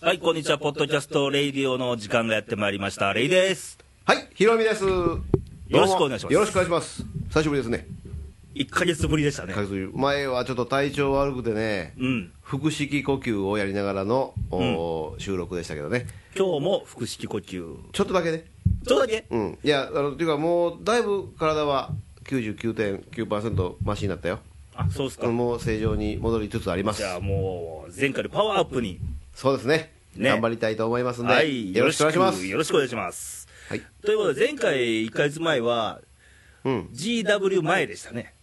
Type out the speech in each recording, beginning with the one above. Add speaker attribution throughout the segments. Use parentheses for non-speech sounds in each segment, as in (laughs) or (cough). Speaker 1: はい、こんにちは、ポッドキャスト、レイディオの時間がやってまいりました。レイです。
Speaker 2: はい、ひろみです。よ
Speaker 1: ろしくお願いします
Speaker 2: よろしくお願いします。久しぶりですね。
Speaker 1: 1ヶ月ぶりでしたね。
Speaker 2: かずゆ前はちょっと体調悪くてね、
Speaker 1: うん。
Speaker 2: 腹式呼吸をやりながらの、おー収録でしたけどね。
Speaker 1: 今日も腹式呼吸。
Speaker 2: ちょっとだけね。
Speaker 1: ちょっとだけ
Speaker 2: うん。いや、あの、っていうかもう、だいぶ体は99.9%マシになったよ。
Speaker 1: あ、そうですか。
Speaker 2: もう正常に戻りつつあります
Speaker 1: じ。ゃあもう、前回のパワーアップに、
Speaker 2: そうですね。
Speaker 1: ね
Speaker 2: 頑張りたいと思いますんで、
Speaker 1: はい、
Speaker 2: よろしくお願いしま
Speaker 1: よ
Speaker 2: す。
Speaker 1: ろしくお願いします。
Speaker 2: はい。
Speaker 1: ということで、前回1ヶ月前は、
Speaker 2: うん。
Speaker 1: GW 前でしたね。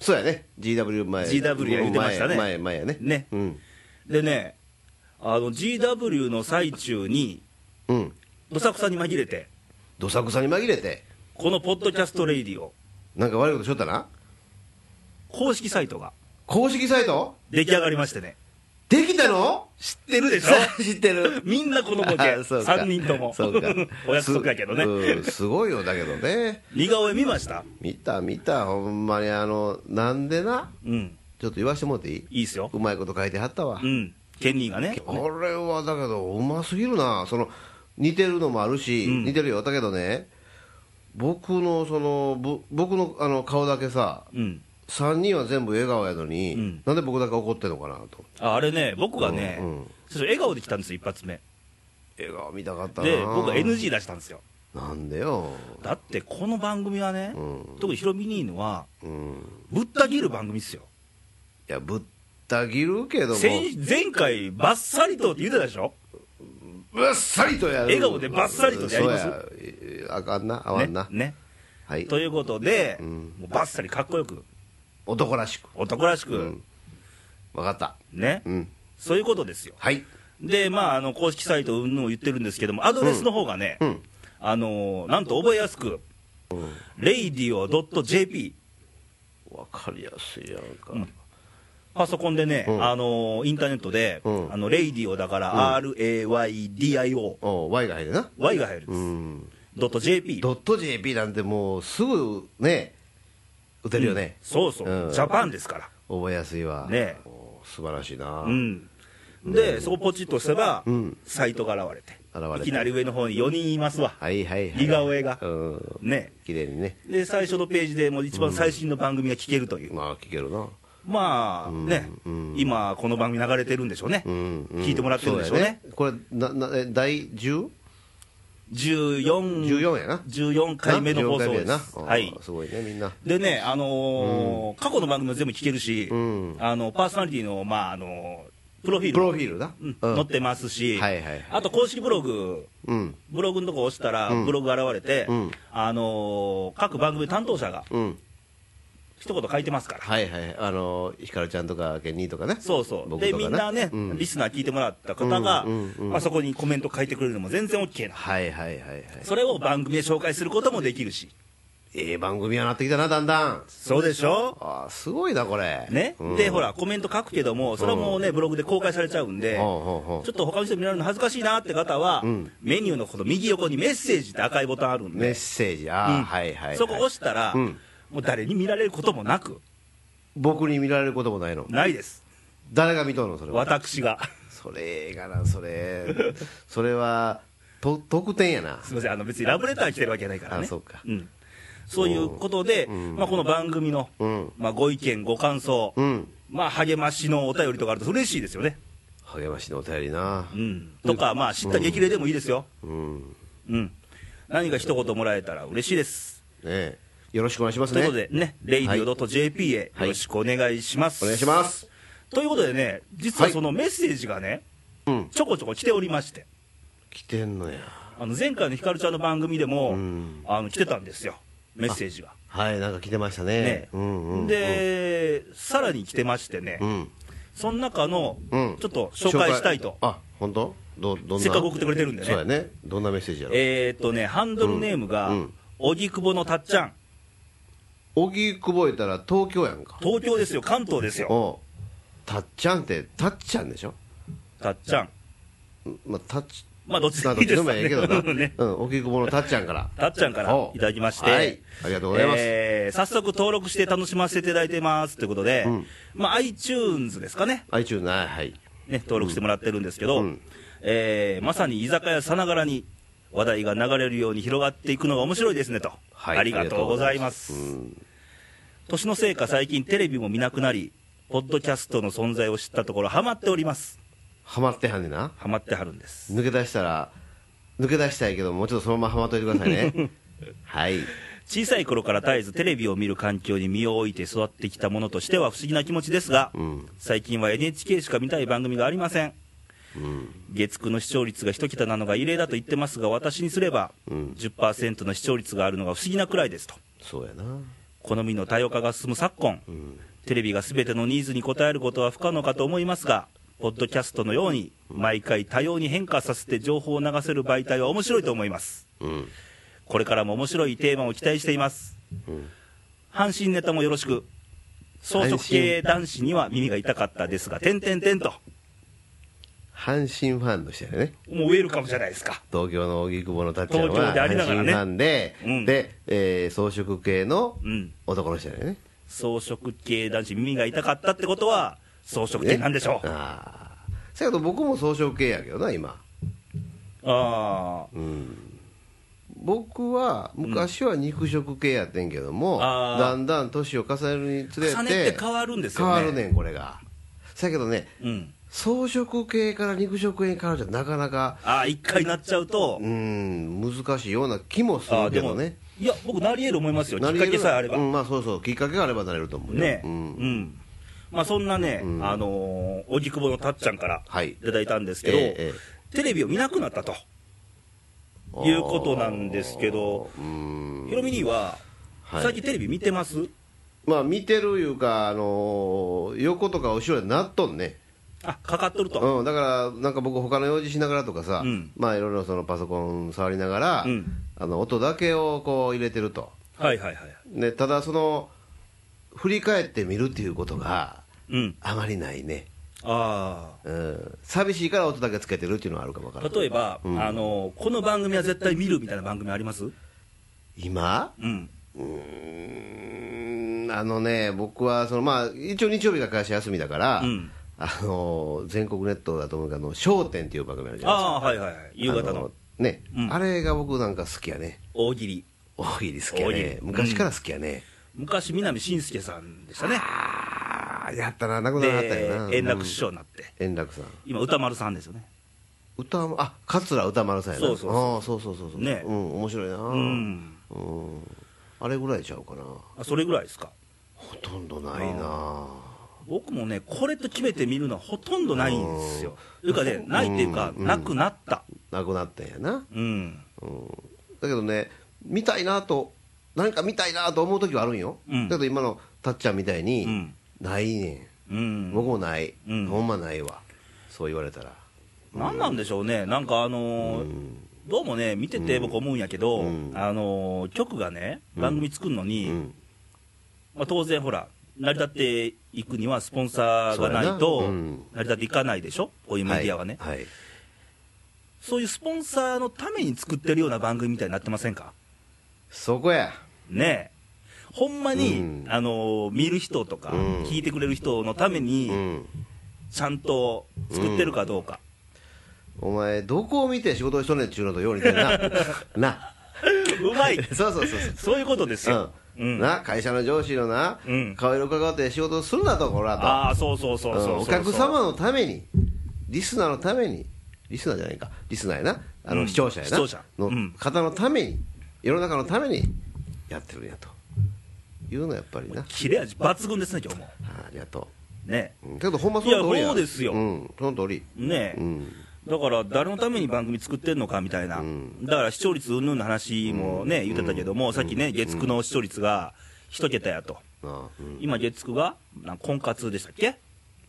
Speaker 2: そうやね。GW 前。
Speaker 1: GW や言うてましたね
Speaker 2: 前、前、前やね。
Speaker 1: ね
Speaker 2: うん。
Speaker 1: でね、あの、GW の最中に、
Speaker 2: うん。
Speaker 1: どさくさに紛れて、
Speaker 2: どさくさに紛れて、
Speaker 1: このポッドキャストレイディオ、
Speaker 2: なんか悪いことしよったな。
Speaker 1: 公式サイトが
Speaker 2: 公式サイト
Speaker 1: 出来上がりましてね。
Speaker 2: できたの
Speaker 1: 知ってるでしょ
Speaker 2: (laughs) 知ってる
Speaker 1: (laughs) みんなこのボケ、
Speaker 2: あそうか
Speaker 1: 3人とも
Speaker 2: そうか
Speaker 1: (laughs) お約束やけど
Speaker 2: す
Speaker 1: ね、
Speaker 2: うんすごいよだけどね
Speaker 1: 似顔絵見ました
Speaker 2: 見た見たほんまにあのなんでな
Speaker 1: うん、
Speaker 2: ちょっと言わしてもらっていい
Speaker 1: いいっすよ
Speaker 2: う、まいこと書いてはったわ、
Speaker 1: うん、ケンニーがね、
Speaker 2: これはだけどうますぎるなその似てるのもあるし、
Speaker 1: うん
Speaker 2: 似てるよだけどね僕のそのぶ僕のあの顔だけさ
Speaker 1: うん、
Speaker 2: 3人は全部笑顔やのに、
Speaker 1: うん
Speaker 2: なんで僕だけ怒ってんのかなと
Speaker 1: ああれね、僕がね、
Speaker 2: うんうん
Speaker 1: そうそう笑顔で来たんですよ、一発目、
Speaker 2: 笑顔見たかったな
Speaker 1: で、僕が NG 出したんですよ、
Speaker 2: なんでよ
Speaker 1: だってこの番組はね、
Speaker 2: うん
Speaker 1: 特にヒロミニーヌは、
Speaker 2: うん
Speaker 1: ぶった切る番組っすよ、
Speaker 2: いやぶった切るけども
Speaker 1: 先前回、ばっさりとって言ってたでしょ、
Speaker 2: ばっさりとやる
Speaker 1: 笑顔でばっさりとやります
Speaker 2: そうやえあかんなあわんな、
Speaker 1: ね
Speaker 2: はい
Speaker 1: ねということで、
Speaker 2: うん
Speaker 1: もうばっさりかっこよく、
Speaker 2: 男らしく
Speaker 1: 男らしく、
Speaker 2: うん分かった
Speaker 1: ね、
Speaker 2: うん
Speaker 1: そういうことですよ。
Speaker 2: はい
Speaker 1: で、まあ、あの公式サイトうんぬんを言ってるんですけども、アドレスの方がね、
Speaker 2: うん
Speaker 1: あのーなんと覚えやすく、radio.jp、
Speaker 2: 分かりやすいやんか、
Speaker 1: うんパソコンでね、
Speaker 2: うん
Speaker 1: あのーインターネットで、
Speaker 2: うん
Speaker 1: あの radio だから、RAYDIO、
Speaker 2: おう Y が入るな
Speaker 1: Y が入るんで
Speaker 2: う
Speaker 1: す、
Speaker 2: ん
Speaker 1: ドット .jp、
Speaker 2: ドット JP なんてもうすぐね打てるよね、
Speaker 1: そうそう、
Speaker 2: うん
Speaker 1: ジャパンですから、
Speaker 2: 覚えやすいわ
Speaker 1: ね
Speaker 2: おう素晴らしいな、
Speaker 1: うん、で、そこポチッとすれば、
Speaker 2: うん
Speaker 1: サイトが現れて、
Speaker 2: 現れて
Speaker 1: いきなり上の方に4人いますわ、
Speaker 2: はいはいはい
Speaker 1: 似顔絵が
Speaker 2: うん
Speaker 1: ね、
Speaker 2: 綺麗にね
Speaker 1: で最初のページでもう一番最新の番組が聞けるという。
Speaker 2: まあ聞けるな
Speaker 1: まあね、
Speaker 2: うん
Speaker 1: 今、この番組流れてるんでしょうね、
Speaker 2: うん、うん
Speaker 1: 聞いてもらってるんでしょうね、
Speaker 2: そうやこれななえ第 10?
Speaker 1: 14,
Speaker 2: 14やな
Speaker 1: 14回目の放送です。
Speaker 2: な14回目やな
Speaker 1: はい
Speaker 2: あーすごいねみんな
Speaker 1: でね、あのー過去の番組も全部聞けるし、
Speaker 2: うん
Speaker 1: あのパーソナリティのまああのプロフィー
Speaker 2: プ
Speaker 1: ル
Speaker 2: ロ
Speaker 1: も、
Speaker 2: フィールな
Speaker 1: うん載ってますし、
Speaker 2: はいはいはい
Speaker 1: あと公式ブログ、
Speaker 2: うん
Speaker 1: ブログのとこ押したら、ブログ現れて、
Speaker 2: うん
Speaker 1: あのー各番組担当者が
Speaker 2: うん
Speaker 1: 一言書いてますから、
Speaker 2: はいはいあのひかるちゃんとかケニーとかね
Speaker 1: そうそう、
Speaker 2: 僕
Speaker 1: で
Speaker 2: とか
Speaker 1: みんなね、
Speaker 2: うん
Speaker 1: リスナー聞いてもらった方が、
Speaker 2: うんうんうん
Speaker 1: まあ、そこにコメント書いてくれるのも全然 OK な、
Speaker 2: はいはいはいはい
Speaker 1: それを番組で紹介することもできるし、
Speaker 2: ええ番組はなってきたなだんだん
Speaker 1: そうでしょ、
Speaker 2: あーすごいなこれ
Speaker 1: ね
Speaker 2: うん
Speaker 1: でほら、コメント書くけども、それはもうね、ブログで公開されちゃうんで、ち
Speaker 2: ほうほう
Speaker 1: ょ
Speaker 2: ほ
Speaker 1: っ
Speaker 2: う
Speaker 1: と他の人に見られるの恥ずかしいなって方は、
Speaker 2: ん
Speaker 1: メニューのこの右横にメッセージって赤いボタンあるん
Speaker 2: メッ
Speaker 1: で、
Speaker 2: セージああ、
Speaker 1: うん
Speaker 2: はいはい、はい、
Speaker 1: そこ押したら、
Speaker 2: うん
Speaker 1: もう誰に見られることもなく、
Speaker 2: 僕に見られることもないの
Speaker 1: ないです、
Speaker 2: 誰が見とんのそれは
Speaker 1: 私が、 (laughs)
Speaker 2: それええがなそれ (laughs) それはと特典やな
Speaker 1: すみません、あの別にラブレター来てるわけじゃないからね。
Speaker 2: あそうか
Speaker 1: んそういうことで、まあ、この番組の、
Speaker 2: うん
Speaker 1: まあ、ご意見、ご感想、
Speaker 2: うん
Speaker 1: まあ、励ましのお便りとかあると嬉しいですよね。
Speaker 2: 励ましのお便りな
Speaker 1: うん、とか、まあ、知った激励でもいいですよ、
Speaker 2: うん
Speaker 1: うん、何か一言もらえたら嬉しいです。
Speaker 2: ねえよろしくお願いします
Speaker 1: という
Speaker 2: ね
Speaker 1: ことでね、radio.jp へ
Speaker 2: は
Speaker 1: よ
Speaker 2: い
Speaker 1: ろしくお願いします。
Speaker 2: お願いします
Speaker 1: ということでね、実は
Speaker 2: はい
Speaker 1: そのメッセージがね、
Speaker 2: うん
Speaker 1: ちょこちょこ来ておりまして、
Speaker 2: 来てんのや
Speaker 1: あの前回のひかるちゃんの番組でも、
Speaker 2: ん
Speaker 1: あの来てたんですよ、メッセージが。
Speaker 2: はいなんか来てましたね
Speaker 1: ね
Speaker 2: うんうんうん、
Speaker 1: で、さらに来てましてね、
Speaker 2: うん
Speaker 1: その中の
Speaker 2: うん
Speaker 1: ちょっと紹介したいと、
Speaker 2: あ本当どどんな
Speaker 1: せっかく送ってくれてるんでね
Speaker 2: そうやねどんなメッセージやろ
Speaker 1: えーっとね、ハンドルネームが
Speaker 2: うんうん、
Speaker 1: 荻窪のたっちゃん、
Speaker 2: 荻窪いたら東京やんか
Speaker 1: 東京ですよ、関東ですよ、
Speaker 2: おうたっちゃんってたっちゃんでしょ
Speaker 1: たっちゃん、
Speaker 2: んまあたっち
Speaker 1: まあどっちで
Speaker 2: ま
Speaker 1: も
Speaker 2: あ
Speaker 1: いいです
Speaker 2: もええけどな、
Speaker 1: ね
Speaker 2: うん荻窪のたっちゃんから
Speaker 1: たっちゃんから
Speaker 2: おう
Speaker 1: いただきまして、
Speaker 2: はいありがとうございます、
Speaker 1: えー早速登録して楽しませていただいてますということで、
Speaker 2: うん
Speaker 1: まあ、iTunes ですかね
Speaker 2: iTunes はいはい
Speaker 1: ね、登録してもらってるんですけど、
Speaker 2: うん
Speaker 1: えーまさに居酒屋さながらに話題が流れるように広がっていくのが面白いですねと、
Speaker 2: はい
Speaker 1: ありがとうございます
Speaker 2: うん
Speaker 1: 年のせいか最近テレビも見なくなりポッドキャストの存在を知ったところハマっております
Speaker 2: ハマってはんねんな
Speaker 1: ハマってはるんです
Speaker 2: 抜け出したら抜け出したいけどもうちょっとそのままハマっといてくださ
Speaker 1: (laughs)
Speaker 2: いねはい
Speaker 1: 小さい頃から絶えずテレビを見る環境に身を置いて育ってきたものとしては不思議な気持ちですが、
Speaker 2: うん
Speaker 1: 最近は NHK しか見たい番組がありません
Speaker 2: うん
Speaker 1: 月9の視聴率が一桁なのが異例だと言ってますが私にすれば
Speaker 2: うん
Speaker 1: 10%の視聴率があるのが不思議なくらいですと
Speaker 2: そうやな
Speaker 1: 好みの多様化が進む昨今
Speaker 2: うん
Speaker 1: テレビが全てのニーズに応えることは不可能かと思いますがポッドキャストのように毎回多様に変化させて情報を流せる媒体は面白いと思います
Speaker 2: うん
Speaker 1: これからも面白いテーマを期待しています
Speaker 2: うん
Speaker 1: 阪神ネタもよろしく草食系男子には耳が痛かったですが点々点と
Speaker 2: 阪神ファンの人やね
Speaker 1: もうウェルカムじゃないですか
Speaker 2: 東京の荻窪のたっちゃん
Speaker 1: 東京
Speaker 2: は
Speaker 1: であり
Speaker 2: 阪
Speaker 1: ながら
Speaker 2: 神
Speaker 1: ね
Speaker 2: ファンで、
Speaker 1: うん
Speaker 2: で、えー装飾系の
Speaker 1: うん
Speaker 2: 男の人やね
Speaker 1: 草食系男子耳が痛かったってことは草食系なんでしょう
Speaker 2: ああせやけど僕も装飾系やけどな今
Speaker 1: あー
Speaker 2: うん僕は昔は肉食系やってんけども、
Speaker 1: あー
Speaker 2: だんだん年を重ねるにつれて
Speaker 1: 重ねって変わるんですよね
Speaker 2: 変わるねんこれがせやけどね
Speaker 1: うん
Speaker 2: 草食系から肉食系に変わるじゃなかなか
Speaker 1: ああ一回なっちゃうと
Speaker 2: うん難しいような気もす
Speaker 1: ああ
Speaker 2: る
Speaker 1: で
Speaker 2: け
Speaker 1: も
Speaker 2: どね
Speaker 1: いや僕なり得る思いますよき
Speaker 2: な
Speaker 1: っ
Speaker 2: り
Speaker 1: か
Speaker 2: 得
Speaker 1: け
Speaker 2: る
Speaker 1: さえあれば
Speaker 2: うん、まあそうそうきっかけがあればなれると思うよ
Speaker 1: ねう、
Speaker 2: うんん
Speaker 1: まあそんなね、
Speaker 2: ん
Speaker 1: あのー荻窪のたっちゃんから
Speaker 2: はい
Speaker 1: いただいたんですけど、
Speaker 2: ええ
Speaker 1: テレビを見なくなったと
Speaker 2: ええ
Speaker 1: いうことなんですけど
Speaker 2: あーうーん
Speaker 1: ヒロミ兄は、
Speaker 2: はい
Speaker 1: 最近テレビ見てます
Speaker 2: まあ見てるいうか、あのー横とか後ろでなっとんね、
Speaker 1: あかかっとると、
Speaker 2: うん、だからなんか僕他の用事しながらとかさ、
Speaker 1: うん
Speaker 2: まあいろいろそのパソコン触りながら、
Speaker 1: うん
Speaker 2: あの音だけをこう入れてると
Speaker 1: はいはいはい
Speaker 2: ねただその振り返ってみるっていうことが
Speaker 1: うん
Speaker 2: あまりないね、
Speaker 1: あ
Speaker 2: うん、寂しいから音だけつけてるっていうのはあるかもわか
Speaker 1: あ
Speaker 2: らん
Speaker 1: 例えば、
Speaker 2: うん
Speaker 1: あのーこの番組は絶対見るみたいな番組あります
Speaker 2: 今
Speaker 1: うん
Speaker 2: うーんあのね、僕はその、まあ、一応日曜日が会社休みだから、
Speaker 1: うん
Speaker 2: あの全国ネットだと思うけどあの『笑点』っていう番組あるじゃない
Speaker 1: ああーはいはいはい夕
Speaker 2: ですか
Speaker 1: 方
Speaker 2: あ
Speaker 1: の
Speaker 2: ね、
Speaker 1: うん
Speaker 2: あれが僕なんか好きやね
Speaker 1: 大喜利
Speaker 2: 大喜利好きや
Speaker 1: 大喜利
Speaker 2: ね昔から好きやね、
Speaker 1: 昔南信介さんでしたね
Speaker 2: ああやったな亡くならはった
Speaker 1: で
Speaker 2: よな
Speaker 1: 円楽師匠
Speaker 2: うん
Speaker 1: になって、
Speaker 2: 円楽さん
Speaker 1: 今歌丸さんですよね
Speaker 2: 歌まあ桂歌丸さんやな
Speaker 1: そうそうそう
Speaker 2: ああそうそうそうそう
Speaker 1: ね
Speaker 2: うん面白いなう
Speaker 1: うん
Speaker 2: うんあれぐらいちゃうかな
Speaker 1: あそれぐらいですか
Speaker 2: ほとんどないな
Speaker 1: 僕もねこれと決めて見るのはほとんどないんですよというかねないっていうか
Speaker 2: うん
Speaker 1: なくなった
Speaker 2: 亡くなったんやな
Speaker 1: うん
Speaker 2: うんだけどね見たいなと何か見たいなと思う時はあるんよ、
Speaker 1: うん
Speaker 2: だけど今のたっちゃんみたいに、
Speaker 1: うん
Speaker 2: ないね、
Speaker 1: うんん
Speaker 2: 僕もない、
Speaker 1: うん
Speaker 2: ほんまないわそう言われたら
Speaker 1: 何なんでしょうねなんかあのーどうもね見てて僕思うんやけど、
Speaker 2: うん
Speaker 1: あのー局がね番組作るの
Speaker 2: う
Speaker 1: に、
Speaker 2: ん
Speaker 1: まあ、当然ほら成り立っていくにはスポンサーがない
Speaker 2: そう
Speaker 1: と
Speaker 2: やなうん
Speaker 1: 成り立っていかないでしょこういうメディアはね、
Speaker 2: はい、はい
Speaker 1: そういうスポンサーのために作ってるような番組みたいになってませんか
Speaker 2: そこや
Speaker 1: ねえほんまに、
Speaker 2: うん
Speaker 1: あのー見る人とか、
Speaker 2: うん
Speaker 1: 聞いてくれる人のため
Speaker 2: う
Speaker 1: に
Speaker 2: ん
Speaker 1: ちゃんと作ってるかどうか、
Speaker 2: お前どこを見て仕事をしとんねんっちゅうのとよう似て
Speaker 1: (laughs)
Speaker 2: るなな
Speaker 1: うまい
Speaker 2: そうそうそうそう
Speaker 1: そういうことですよ、
Speaker 2: う
Speaker 1: うんん
Speaker 2: な会社の上司のな、
Speaker 1: うん
Speaker 2: 顔色伺って仕事をするなとこらと
Speaker 1: ああそうそうそうそうそう
Speaker 2: うんお客様のために、リスナーのために、リスナーじゃないか、リスナーやな、あの
Speaker 1: うん
Speaker 2: 視聴者や
Speaker 1: 視
Speaker 2: な、
Speaker 1: 聴者
Speaker 2: の
Speaker 1: うん
Speaker 2: 方のために、世の中のためにやってるんやというのはやっぱりな、
Speaker 1: 切れ味抜群ですね今日も
Speaker 2: あありがと
Speaker 1: ね
Speaker 2: う、うん、けど、ほんまその通
Speaker 1: い
Speaker 2: りや
Speaker 1: やそうですよ
Speaker 2: うん、その通り、
Speaker 1: えねえ、
Speaker 2: うん、
Speaker 1: だから誰のために番組作ってんのかみたいな、
Speaker 2: うん
Speaker 1: だから視聴率うんぬんの話もね、言ってたけども、さっきね月9の視聴率が一桁やと
Speaker 2: ああうん
Speaker 1: 今月9がなん婚活でしたっけ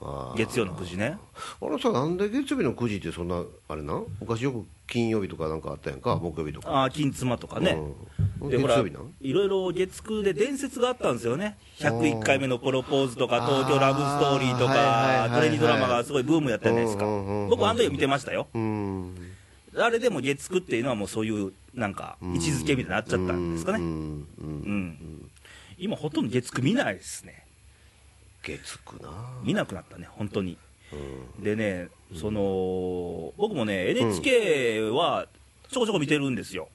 Speaker 2: ああ
Speaker 1: 月曜の9時ね
Speaker 2: あれさ、なんで月曜日の9時って、そんな、あれなん、昔よく金曜日とかなんかあったやんか、木曜日とか、
Speaker 1: ああ金妻とかね、
Speaker 2: うん、
Speaker 1: で
Speaker 2: 月
Speaker 1: ほら
Speaker 2: 曜
Speaker 1: い
Speaker 2: 日なん
Speaker 1: ろいろ月9で伝説があったんですよね、101回目のプロポーズとか、東京ラブストーリーと
Speaker 2: あーは
Speaker 1: か
Speaker 2: いはいはい、はい
Speaker 1: トレンディードラマがすごいブームやったじゃないですか
Speaker 2: うんうんうんう、ん
Speaker 1: 僕、あの時見てましたよ、
Speaker 2: うん
Speaker 1: あれでも月9っていうのは、もうそういうなんか、位置づけみたいになっちゃったんですか
Speaker 2: う
Speaker 1: ね、
Speaker 2: んうん
Speaker 1: うん、今、ほとんど月9見ないですね、
Speaker 2: 月くな
Speaker 1: 見なくなったね、本当に、でね、その僕もね、NHK はちょこちょこ見てるんですよ。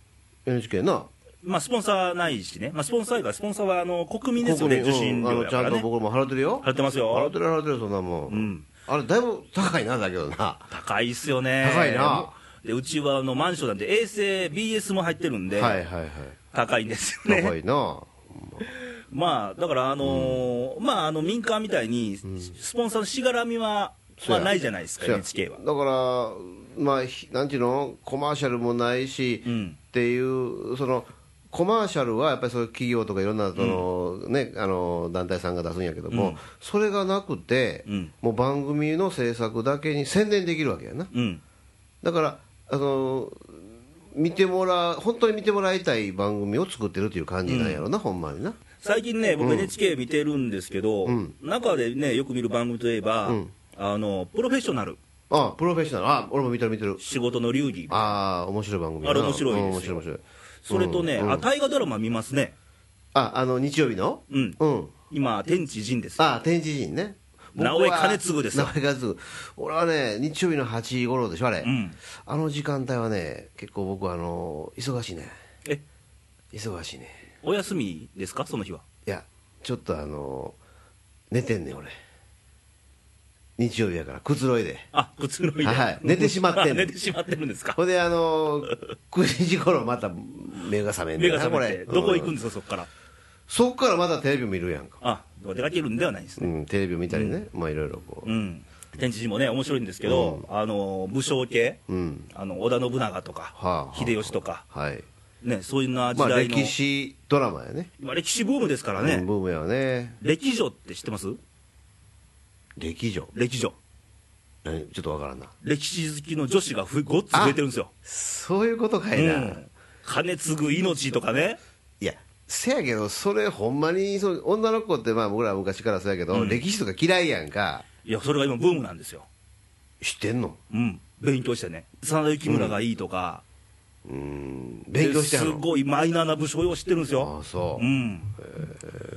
Speaker 2: NHK な、
Speaker 1: まあ、スポンサーないしね、まあ、スポンサー以外、スポンサーはあの国民ですよね、
Speaker 2: ここ
Speaker 1: 受
Speaker 2: に
Speaker 1: 信
Speaker 2: うんあ
Speaker 1: 料
Speaker 2: の
Speaker 1: や
Speaker 2: ち
Speaker 1: か
Speaker 2: ゃん
Speaker 1: ら
Speaker 2: と
Speaker 1: ね、
Speaker 2: 僕も払ってるよ、
Speaker 1: 払ってます
Speaker 2: 払っ
Speaker 1: よ
Speaker 2: て、る、払ってる、そんなもん、
Speaker 1: うん
Speaker 2: あれ、だいぶ高いな、だけどな、
Speaker 1: 高いっすよね、
Speaker 2: 高いな
Speaker 1: でうちはあのマンションなんで、衛星、BS も入ってるんで、
Speaker 2: はいはいはい、
Speaker 1: 高いんですよ
Speaker 2: 高
Speaker 1: ね、
Speaker 2: いな、
Speaker 1: (laughs) まあだから、あのーまあ、あの民間みたいに、スポンサーのしがらみは、
Speaker 2: そう
Speaker 1: まあ、
Speaker 2: や
Speaker 1: ないじゃないですか、
Speaker 2: そうや
Speaker 1: NHK は。
Speaker 2: だから、まあ、ひなんていうの、コマーシャルもないし、
Speaker 1: うん
Speaker 2: っていう、そのコマーシャルはやっぱりそういう企業とかいろんなその、ね、あの団体さんが出すんやけど
Speaker 1: う
Speaker 2: も、
Speaker 1: ん
Speaker 2: それがなくて、
Speaker 1: うん
Speaker 2: もう番組の制作だけに宣伝できるわけやな。
Speaker 1: うん
Speaker 2: だからあの見てもら本当に見てもらいたい番組を作ってるという感じなんやろな、ほんまにな
Speaker 1: 最近ね、僕、NHK 見てるんですけど、
Speaker 2: うん
Speaker 1: 中でね、よく見る番組といえば、
Speaker 2: うん
Speaker 1: あのプロフェッショナル、
Speaker 2: あプロフェッショナルあ俺も見てる見てる
Speaker 1: 仕事の流儀、
Speaker 2: ああ面白い番組やな
Speaker 1: あれ面白いですよ
Speaker 2: うん面白い面白い
Speaker 1: それとね、
Speaker 2: うん
Speaker 1: あ大河ドラマ見ますね、
Speaker 2: ああの日曜日の
Speaker 1: うん、
Speaker 2: うん
Speaker 1: 今、天地人です、
Speaker 2: あ天智人ね僕は
Speaker 1: 直江兼次ですよ
Speaker 2: 直江兼次俺はね日曜日の8時頃でしょあれ、
Speaker 1: うん、
Speaker 2: あの時間帯はね結構僕あの忙しいね
Speaker 1: え
Speaker 2: 忙しいね
Speaker 1: お休みですか、その日は。
Speaker 2: いやちょっとあの寝てんねん俺日曜日やからくつろいで
Speaker 1: あくつろいで、 (laughs)
Speaker 2: はい寝てしまってん
Speaker 1: 寝てしまってるん
Speaker 2: (laughs)
Speaker 1: ですか、
Speaker 2: ほんであ
Speaker 1: (laughs)
Speaker 2: のー9時頃また目が覚めん
Speaker 1: 目
Speaker 2: ね
Speaker 1: が
Speaker 2: んな
Speaker 1: 覚めて、どこ行くん
Speaker 2: うん
Speaker 1: ですか、そこから、
Speaker 2: そっからまたテレビ見るやんか、
Speaker 1: あ出かけるんではないです
Speaker 2: う
Speaker 1: ね、
Speaker 2: ん、テレビを見たりね、まあいろいろこ
Speaker 1: うん、天地人もね、面白いんですけど、あの武将系、
Speaker 2: ううん
Speaker 1: あの織田信長とか、
Speaker 2: はあはあ
Speaker 1: 秀吉とか、
Speaker 2: はい
Speaker 1: ね、そういうような時
Speaker 2: まあ
Speaker 1: 代の、
Speaker 2: 歴史ドラマやね
Speaker 1: 今歴史ブームですからね。
Speaker 2: うんブームやわね
Speaker 1: 歴女って知ってます
Speaker 2: 歴女
Speaker 1: 歴女
Speaker 2: 何ちょっとわからんな
Speaker 1: 歴史好きの女子がふごっつ増えてるんですよ、
Speaker 2: そういうことか
Speaker 1: う
Speaker 2: いな、
Speaker 1: ん、金継ぐ命とかね
Speaker 2: いやせやけどそれほんまにそう女の子ってまあ僕らは昔からそうやけど、
Speaker 1: うん
Speaker 2: 歴史とか嫌いやんか
Speaker 1: いやそれが今ブームなんですよ
Speaker 2: 知ってんの
Speaker 1: うん勉強してね真田幸村がいいとか、
Speaker 2: うん勉強しては
Speaker 1: で
Speaker 2: ん
Speaker 1: す
Speaker 2: の
Speaker 1: ごいマイナーな武将を知ってるんです
Speaker 2: あ
Speaker 1: よ
Speaker 2: あそう、
Speaker 1: うん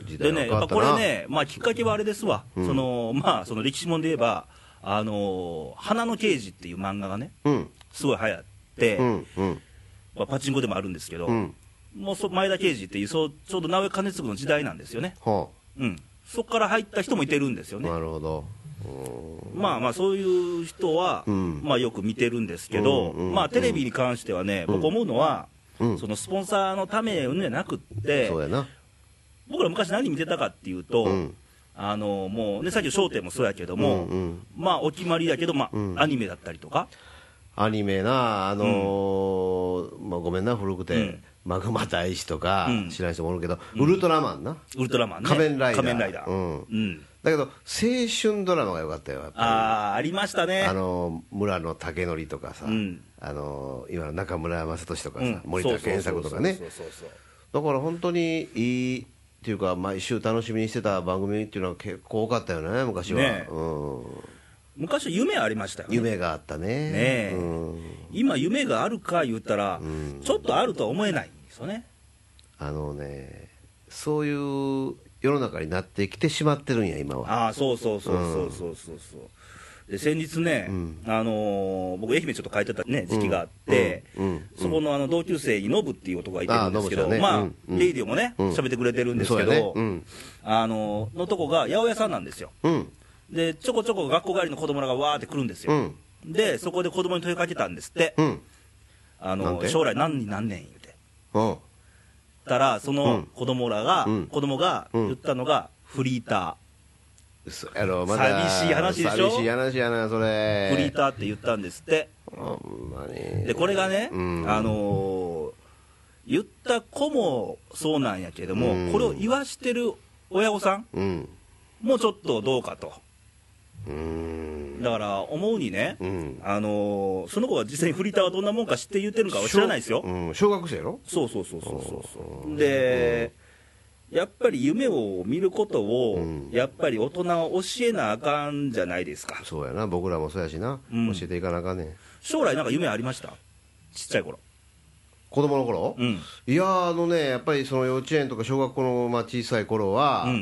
Speaker 2: 時代
Speaker 1: で
Speaker 2: が
Speaker 1: ねや
Speaker 2: 変
Speaker 1: っ
Speaker 2: わ
Speaker 1: ぱ
Speaker 2: った
Speaker 1: こ
Speaker 2: な
Speaker 1: れね、まあ、きっかけはあれですわ、そのまあその歴史もんで言えば「あの花の刑事」っていう漫画がね
Speaker 2: うん
Speaker 1: すごい流行って、
Speaker 2: うんうん
Speaker 1: まあ、パチンコでもあるんですけど、
Speaker 2: うん
Speaker 1: もうそ前田刑事っていうそうちょうど直江兼次の時代なんですよね
Speaker 2: は
Speaker 1: うん、そこから入った人もいてるんですよ
Speaker 2: あ、
Speaker 1: ね、
Speaker 2: なるほどうん
Speaker 1: まあまあ、そういう人は、
Speaker 2: うん
Speaker 1: まあ、よく見てるんですけど、
Speaker 2: うんうん
Speaker 1: まあ、テレビに関してはね、僕思うのは、
Speaker 2: うん
Speaker 1: そのスポンサーのためうんじゃなくって
Speaker 2: そう、やな
Speaker 1: 僕ら昔、何見てたかっていうと、
Speaker 2: うん
Speaker 1: あのもうね、さっきの『笑点』もそうやけども、
Speaker 2: うんうん
Speaker 1: まあ、お決まりだけど、まあ
Speaker 2: うん
Speaker 1: アニメだったりとか、
Speaker 2: アニメなあのーまあ、ごめんな古くて、
Speaker 1: うん
Speaker 2: マグマ大使とか
Speaker 1: うん
Speaker 2: 知らない人もおるけど、ウルトラマンな
Speaker 1: ウルトラマンね、
Speaker 2: 仮面ライダー
Speaker 1: う
Speaker 2: うんんだけど青春ドラマが良かったよやっぱり
Speaker 1: ああ、ありましたね
Speaker 2: あ。の村野武則とかさ、
Speaker 1: うん
Speaker 2: あの今の中村雅俊とかさ、
Speaker 1: うん
Speaker 2: 森田健作とかね
Speaker 1: そうそうそうそうそう
Speaker 2: だから本当にいいっていうか毎週楽しみにしてた番組っていうのは結構多かったよね昔は、
Speaker 1: ねえ
Speaker 2: うん、
Speaker 1: 昔は夢ありましたよね
Speaker 2: 夢があったねね
Speaker 1: え
Speaker 2: うん、
Speaker 1: 今夢があるか言ったら、ちょっとあるとは思えないんですよね
Speaker 2: あのねそういう世の中になってきてしまってるんや今は
Speaker 1: ああそうそうそうそうそうそうそうで先日ね、あのー僕愛媛ちょっと帰ってた、ね、時期があって、
Speaker 2: うんうん
Speaker 1: そこのあの同級生にノブっていう男がいてるんですけ
Speaker 2: あ
Speaker 1: ど
Speaker 2: あノブちゃんね
Speaker 1: まあ、
Speaker 2: うんうん
Speaker 1: レイディオもね
Speaker 2: うん
Speaker 1: 喋ってくれてるんです
Speaker 2: そ
Speaker 1: け
Speaker 2: うや
Speaker 1: ど、
Speaker 2: ねうん
Speaker 1: あのーのとこが八百屋さんなんですよ
Speaker 2: うん
Speaker 1: でちょこちょこ学校帰りの子供らがわーって来るんです
Speaker 2: う
Speaker 1: よ、
Speaker 2: ん
Speaker 1: でそこで子供に問いかけたんですって、
Speaker 2: うん
Speaker 1: あ
Speaker 2: なん
Speaker 1: のー
Speaker 2: て
Speaker 1: 将来何になんねん言うて
Speaker 2: うん
Speaker 1: ったら、そうの
Speaker 2: ん
Speaker 1: 子供らが、
Speaker 2: うん
Speaker 1: 子供が
Speaker 2: うん
Speaker 1: 言ったのが、フリータ
Speaker 2: そやろまだ
Speaker 1: 寂しい話でしょ
Speaker 2: 寂しい話やなそ
Speaker 1: ー、
Speaker 2: れ
Speaker 1: フリーターって言ったんですって、
Speaker 2: ほんまに
Speaker 1: でこれがね、
Speaker 2: うん
Speaker 1: あのー言った子もそうなんやけども、
Speaker 2: うん
Speaker 1: これを言わしてる親御さん
Speaker 2: うん
Speaker 1: もちょっとどうかと、
Speaker 2: うーん
Speaker 1: だから思うにね、
Speaker 2: うん
Speaker 1: あのーその子が実際にフリーターはどんなもんか知って言ってるのかは知らないですよ。
Speaker 2: うん、小学生やろ
Speaker 1: そうそうそうそうそうそうで、やっぱり夢を見ることを、
Speaker 2: うん
Speaker 1: やっぱり大人は教えなあかんじゃないですか
Speaker 2: そうやな僕らもそうやしな、
Speaker 1: うん
Speaker 2: 教えていかなあかんねん
Speaker 1: 将来なんか夢ありましたちっちゃい頃
Speaker 2: 子供の頃、
Speaker 1: うん
Speaker 2: いやーあのねやっぱりその幼稚園とか小学校の、まあ、小さい頃は、
Speaker 1: うん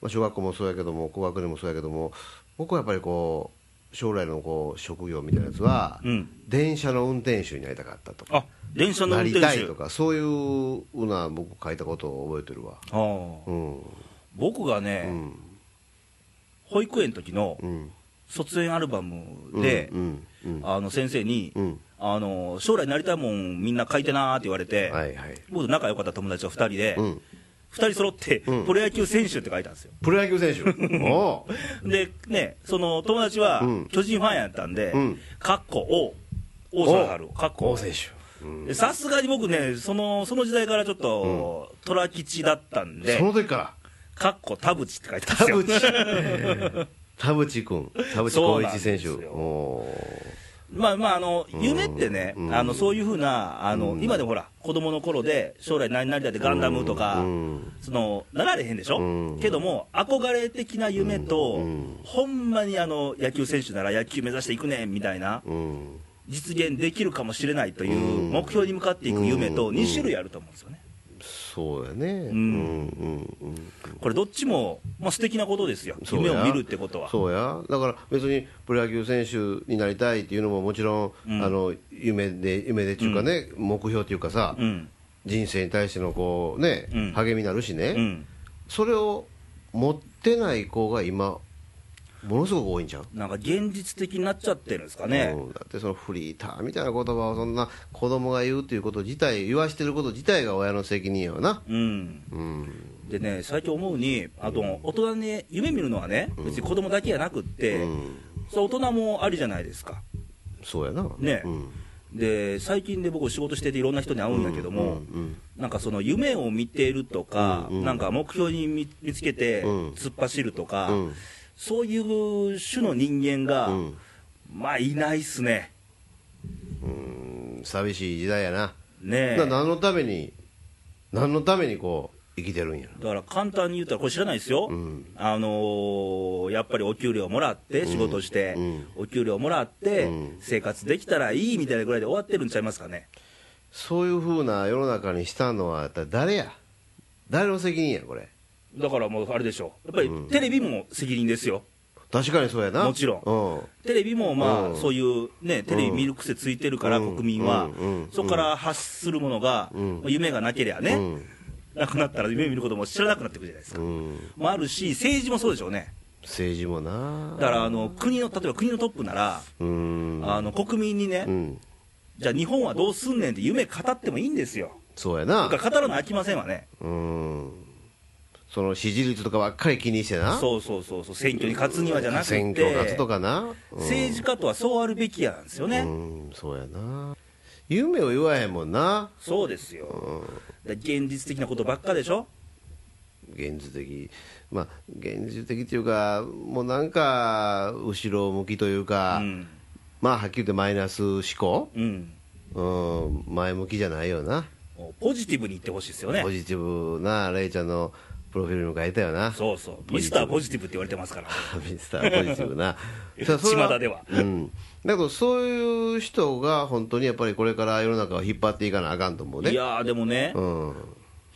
Speaker 2: まあ、小学校もそうやけども高学年もそうやけども僕はやっぱりこう将来のこう職業みたいなやつは、
Speaker 1: うん
Speaker 2: 電車の運転手になりたかったとか
Speaker 1: あ電車の
Speaker 2: な
Speaker 1: 運
Speaker 2: り
Speaker 1: 転
Speaker 2: た
Speaker 1: 手
Speaker 2: いとかそういうのは僕書いたことを覚えてるわ
Speaker 1: あー
Speaker 2: うん
Speaker 1: 僕がね、
Speaker 2: うん
Speaker 1: 保育園の時の
Speaker 2: うん
Speaker 1: 卒園アルバムで、
Speaker 2: うんうん
Speaker 1: あの先生に、
Speaker 2: うん
Speaker 1: あの将来なりたいもんみんな書いてなーって言われて、
Speaker 2: はいはい
Speaker 1: 僕と仲良かった友達が2人で、
Speaker 2: う
Speaker 1: 二
Speaker 2: ん
Speaker 1: 2人揃って、
Speaker 2: うん
Speaker 1: プロ野球選手って書いたんですよ
Speaker 2: プロ野球選手
Speaker 1: (laughs)
Speaker 2: おう
Speaker 1: でねその友達は
Speaker 2: うん
Speaker 1: 巨人ファンやったんで
Speaker 2: うん
Speaker 1: 「かっこ王」王貞治をかっこ
Speaker 2: 王
Speaker 1: 王
Speaker 2: 選手、うん
Speaker 1: でさすがに僕ねそのその時代からちょっと虎吉だったん
Speaker 2: その
Speaker 1: で
Speaker 2: 時から
Speaker 1: 「かっこ田淵」って書いてたんで
Speaker 2: 田
Speaker 1: すよ
Speaker 2: 淵田淵君田淵
Speaker 1: そう
Speaker 2: 光
Speaker 1: なんで
Speaker 2: 一
Speaker 1: すよ
Speaker 2: 選手おう
Speaker 1: まあまああの夢ってね
Speaker 2: うん
Speaker 1: あのそういうふうなあの
Speaker 2: うん
Speaker 1: 今でもほら子供の頃で将来何になりたいってガンダムとか
Speaker 2: うん
Speaker 1: そのなられへんでしょ、
Speaker 2: うん
Speaker 1: けども憧れ的な夢と、
Speaker 2: うん
Speaker 1: ほんまにあの野球選手なら野球目指していくねんみたいな
Speaker 2: うん
Speaker 1: 実現できるかもしれないという
Speaker 2: うん
Speaker 1: 目標に向かっていく夢と
Speaker 2: うん
Speaker 1: 2種類あると思うんですよね
Speaker 2: そうやねうんうんうん
Speaker 1: これどっちも、まあ、素敵なことですよ
Speaker 2: そう
Speaker 1: 夢
Speaker 2: や
Speaker 1: を見るってことは
Speaker 2: そうやだから別にプロ野球選手になりたいっていうのももちろん、
Speaker 1: うん
Speaker 2: あの夢で夢でっていうかね、目標っていうかさ、
Speaker 1: うん
Speaker 2: 人生に対してのこうね、
Speaker 1: うん
Speaker 2: 励みになるしね、
Speaker 1: うん
Speaker 2: それを持ってない子が今ものすごく多いんちゃう
Speaker 1: なんか現実的になっちゃってるんですかね
Speaker 2: うんだってそのフリーターみたいな言葉をそんな子供が言うということ自体言わしてること自体が親の責任やわな
Speaker 1: うん
Speaker 2: うん
Speaker 1: でね最近思うにあと大人に夢見るのはね別に子供だけじゃなくって、
Speaker 2: うん
Speaker 1: そう大人もありじゃないですか
Speaker 2: そうやな
Speaker 1: ね
Speaker 2: うん
Speaker 1: で最近で僕仕事してていろんな人に会うんだけども、
Speaker 2: うんうん
Speaker 1: なんかその夢を見ているとか、
Speaker 2: うんうん
Speaker 1: なんか目標に見見つけて
Speaker 2: うん
Speaker 1: 突っ走るとか、
Speaker 2: うん
Speaker 1: そういう種の人間が、
Speaker 2: うん
Speaker 1: まあいないっすね
Speaker 2: うん寂しい時代やな
Speaker 1: ねえ
Speaker 2: な何のために何のためにこう生きてるんや
Speaker 1: だから簡単に言ったらこれ知らないですよ、
Speaker 2: うん
Speaker 1: あのーやっぱりお給料もらって仕事して、
Speaker 2: うん
Speaker 1: お給料もらって、
Speaker 2: うん
Speaker 1: 生活できたらいいみたいなぐらいで終わってるんちゃいますかね
Speaker 2: そういうふうな世の中にしたのはやっぱり誰や誰の責任やこれ
Speaker 1: だからもうあれでしょやっぱり
Speaker 2: うん
Speaker 1: テレビも責任ですよ
Speaker 2: 確かにそうやな
Speaker 1: もちろん
Speaker 2: うん
Speaker 1: テレビもまあ、
Speaker 2: うん
Speaker 1: そういうねテレビ見る癖ついてるから、
Speaker 2: うん
Speaker 1: 国民は、
Speaker 2: うんうん
Speaker 1: そこから発するものが、
Speaker 2: ん
Speaker 1: まあ夢がなければね、
Speaker 2: うん
Speaker 1: なくなったら夢見ることも知らなくなってくるじゃないですか、
Speaker 2: うん
Speaker 1: もあるし政治もそうでしょうね
Speaker 2: 政治もな
Speaker 1: だからあの国の例えば国のトップなら、
Speaker 2: うん
Speaker 1: あの国民にね、
Speaker 2: うん
Speaker 1: じゃあ日本はどうすんねんって夢語ってもいいんですよ
Speaker 2: そうやな
Speaker 1: だから語らなあきませんわね
Speaker 2: うんその支持率とかばっかり気にしてな
Speaker 1: そうそうそうそう選挙に勝つにはじゃなくて
Speaker 2: 選挙勝つとかなうん
Speaker 1: 政治家とはそうあるべきやなんですよね、
Speaker 2: うんそうやな夢を言わへんもんな
Speaker 1: そうですよ、だから現実的なことばっかでしょ
Speaker 2: 現実的まあ現実的っていうかもうなんか後ろ向きというか、
Speaker 1: うん
Speaker 2: まあはっきり言ってマイナス思考、
Speaker 1: うん
Speaker 2: うん、前向きじゃないよな、
Speaker 1: もうポジティブに言ってほしいですよね
Speaker 2: ポジティブなレイちゃんのプロフィールにも書いたよな
Speaker 1: そうそうミスターポジティブって言われてますから
Speaker 2: ミスターポジティブなさあそれ
Speaker 1: (laughs) 巷では
Speaker 2: うん、だけどそういう人が本当にやっぱりこれから世の中を引っ張っていかなあかんと思うね
Speaker 1: いやーでもね、
Speaker 2: うん、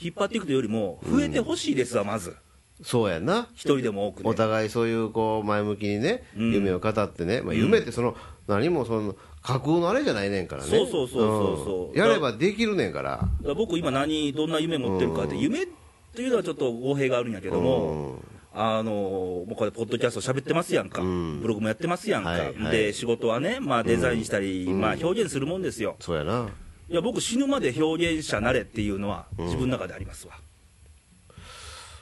Speaker 1: 引っ張っていくというよりも増えてほしいですわまず
Speaker 2: そうやな
Speaker 1: 一人でも多くね
Speaker 2: お互いそういうこう前向きにね、
Speaker 1: うん
Speaker 2: 夢を語ってね、まあ、夢ってその、何もその架空のあれじゃないねんからね
Speaker 1: そうそうそうそうそうん
Speaker 2: やればできるねんから
Speaker 1: だから僕今何どんな夢持ってるかって夢というのはちょっと語弊があるんやけども、あのもうこれポッドキャスト喋ってますやんか、
Speaker 2: うん
Speaker 1: ブログもやってますやんか、
Speaker 2: はいはい
Speaker 1: で仕事はね、まあ、デザインしたり、まあ、表現するもんですよ
Speaker 2: そうやない
Speaker 1: や僕死ぬまで表現者なれっていうのは自分の中でありますわ、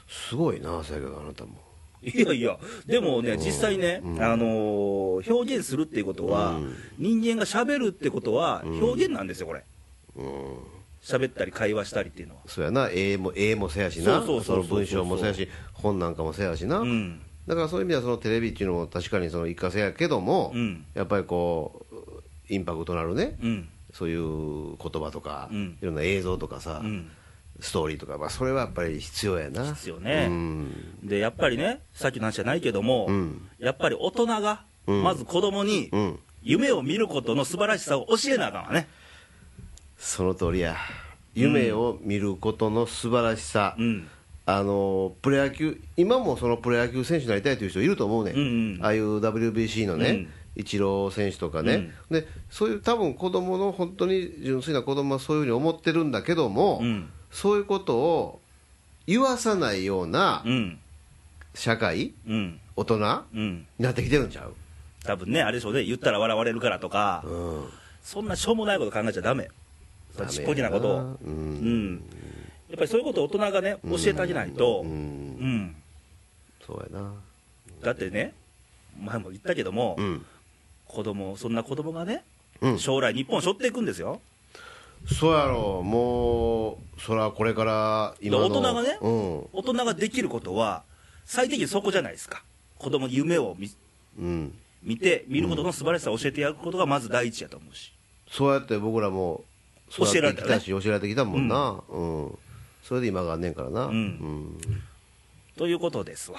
Speaker 2: すごいなさやかあなたも
Speaker 1: いやいやでもね実際ね、あの表現するっていうことは、人間が喋るってことは表現なんですよこれ
Speaker 2: うん
Speaker 1: 喋ったり会話したりっていうのは
Speaker 2: そうやな絵も絵もせやしな
Speaker 1: そうそうそうそう
Speaker 2: の文章もせやし本なんかもせやしな、
Speaker 1: うん
Speaker 2: だからそういう意味ではそのテレビっていうのも確かにその一過性やけども、
Speaker 1: うん
Speaker 2: やっぱりこうインパクトのあるね、
Speaker 1: うん
Speaker 2: そういう言葉とか、
Speaker 1: うん
Speaker 2: いろんな映像とかさ、
Speaker 1: うん
Speaker 2: ストーリーとか、まあ、それはやっぱり必要やな
Speaker 1: ですよね、
Speaker 2: うん
Speaker 1: でやっぱりねさっきの話じゃないけども、
Speaker 2: うん
Speaker 1: やっぱり大人が、
Speaker 2: うん
Speaker 1: まず子供に
Speaker 2: うん
Speaker 1: 夢を見ることの素晴らしさを教えなあかんわね、
Speaker 2: その通りや夢を見ることの素晴らしさ、
Speaker 1: うん、
Speaker 2: あのプロ野球今もそのプロ野球選手になりたいという人いると思うね、
Speaker 1: うんうん
Speaker 2: ああいう WBC のね、
Speaker 1: うん
Speaker 2: イチロー選手とかね、でそういう多分子供の本当に純粋な子供はそういうふうに思ってるんだけども、
Speaker 1: うん
Speaker 2: そういうことを言わさないような
Speaker 1: うん
Speaker 2: 社会、
Speaker 1: うん
Speaker 2: 大人に
Speaker 1: うん
Speaker 2: なってきてるんちゃう、
Speaker 1: 多分ねあれでしょうね言ったら笑われるからとか
Speaker 2: うん、
Speaker 1: そんなしょうもないこと考えちゃダメ
Speaker 2: ダメや
Speaker 1: ちっぽけなことを
Speaker 2: う
Speaker 1: うんんやっぱりそういうことを大人がね教えてあげないと
Speaker 2: う
Speaker 1: うん
Speaker 2: ん、そうやな
Speaker 1: だってね前も言ったけども、
Speaker 2: うん、
Speaker 1: 子供そんな子供がね
Speaker 2: うん、
Speaker 1: 将来日本を背負っていくんですよ
Speaker 2: そうやろもうそらこれから今の
Speaker 1: 大人がね
Speaker 2: うん
Speaker 1: 大人ができることは最低限そこじゃないですか子供に夢を見
Speaker 2: うん、
Speaker 1: 見て見ることの素晴らしさを教えてやることがまず第一やと思うし
Speaker 2: そうやって僕らも
Speaker 1: 教えられ
Speaker 2: 育
Speaker 1: たよ
Speaker 2: ってき
Speaker 1: ね
Speaker 2: たし教えられてきたもんな、うんそれで今があんねんからな、
Speaker 1: うん
Speaker 2: うん
Speaker 1: ということですわ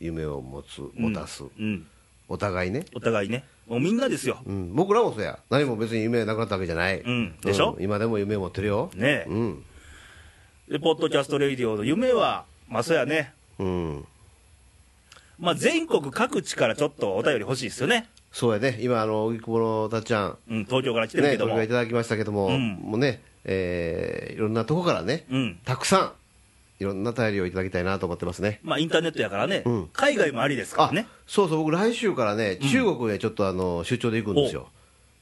Speaker 2: 夢を持つ
Speaker 1: うん
Speaker 2: 持たす、
Speaker 1: うん
Speaker 2: お互いね、
Speaker 1: お互いねもうみんなですよ
Speaker 2: うん、僕らもそうや何も別に夢なくなったわけじゃない、
Speaker 1: うんでしょ
Speaker 2: 今でも夢持ってるよ、
Speaker 1: ね
Speaker 2: うん
Speaker 1: でポッドキャストレディオの夢はまあそうやね
Speaker 2: うん
Speaker 1: まあ全国各地からちょっとお便り欲しいですよね
Speaker 2: そうやね今あの荻窪のたっちゃん
Speaker 1: うん東京から来てる
Speaker 2: ね
Speaker 1: けど
Speaker 2: ご
Speaker 1: も、
Speaker 2: 紹介いただきましたけども、
Speaker 1: うん
Speaker 2: もうねえーいろんなとこからね、
Speaker 1: うん
Speaker 2: たくさんいろんな便りをいただきたいなと思ってますね
Speaker 1: まあインターネットやからね、
Speaker 2: うん
Speaker 1: 海外もありですからね
Speaker 2: そうそう僕来週からね中国へちょっとあの出張で行くんですよ、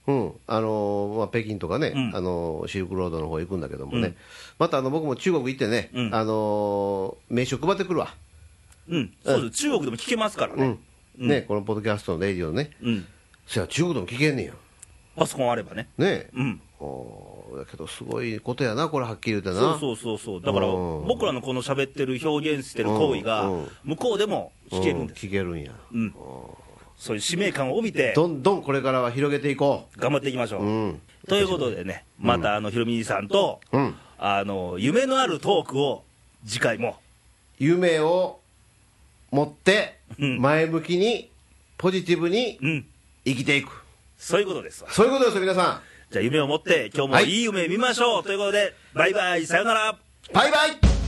Speaker 2: うんあのまあ、北京とかね、
Speaker 1: うん
Speaker 2: あのシルクロードの方行くんだけどもね、
Speaker 1: うん
Speaker 2: またあの僕も中国行ってね、
Speaker 1: うん
Speaker 2: あの名刺を配ってくるわ、
Speaker 1: うんそうです中国でも聞けますから
Speaker 2: う
Speaker 1: ね
Speaker 2: んね、このポッドキャストのレディオのね
Speaker 1: うん、
Speaker 2: そや中国でも聞けんねんよ
Speaker 1: パソコンあればね
Speaker 2: ね
Speaker 1: うん
Speaker 2: おーだけどすごいことやなこれはっきり言ってな
Speaker 1: そうそうそうそうだから
Speaker 2: うん
Speaker 1: 僕らのこの喋ってる表現してる行為が
Speaker 2: うん
Speaker 1: 向こうでも聞けるんです、
Speaker 2: う聞けるんや
Speaker 1: うんそういう使命感を帯びて
Speaker 2: どんどんこれからは広げていこ
Speaker 1: 頑張っていきましょう、
Speaker 2: ううん
Speaker 1: ということでねまたあのひろみ兄さんと、
Speaker 2: うん
Speaker 1: あの夢のあるトークを次回も
Speaker 2: 夢を持って
Speaker 1: うん
Speaker 2: 前向きにポジティブに
Speaker 1: うん
Speaker 2: 生きていく
Speaker 1: そういうことですわ
Speaker 2: そういうことですよ皆さ
Speaker 1: じゃあ夢を持って今日も
Speaker 2: はい
Speaker 1: いい夢見ましょう、ということでバイバイさよなら
Speaker 2: んバイバイ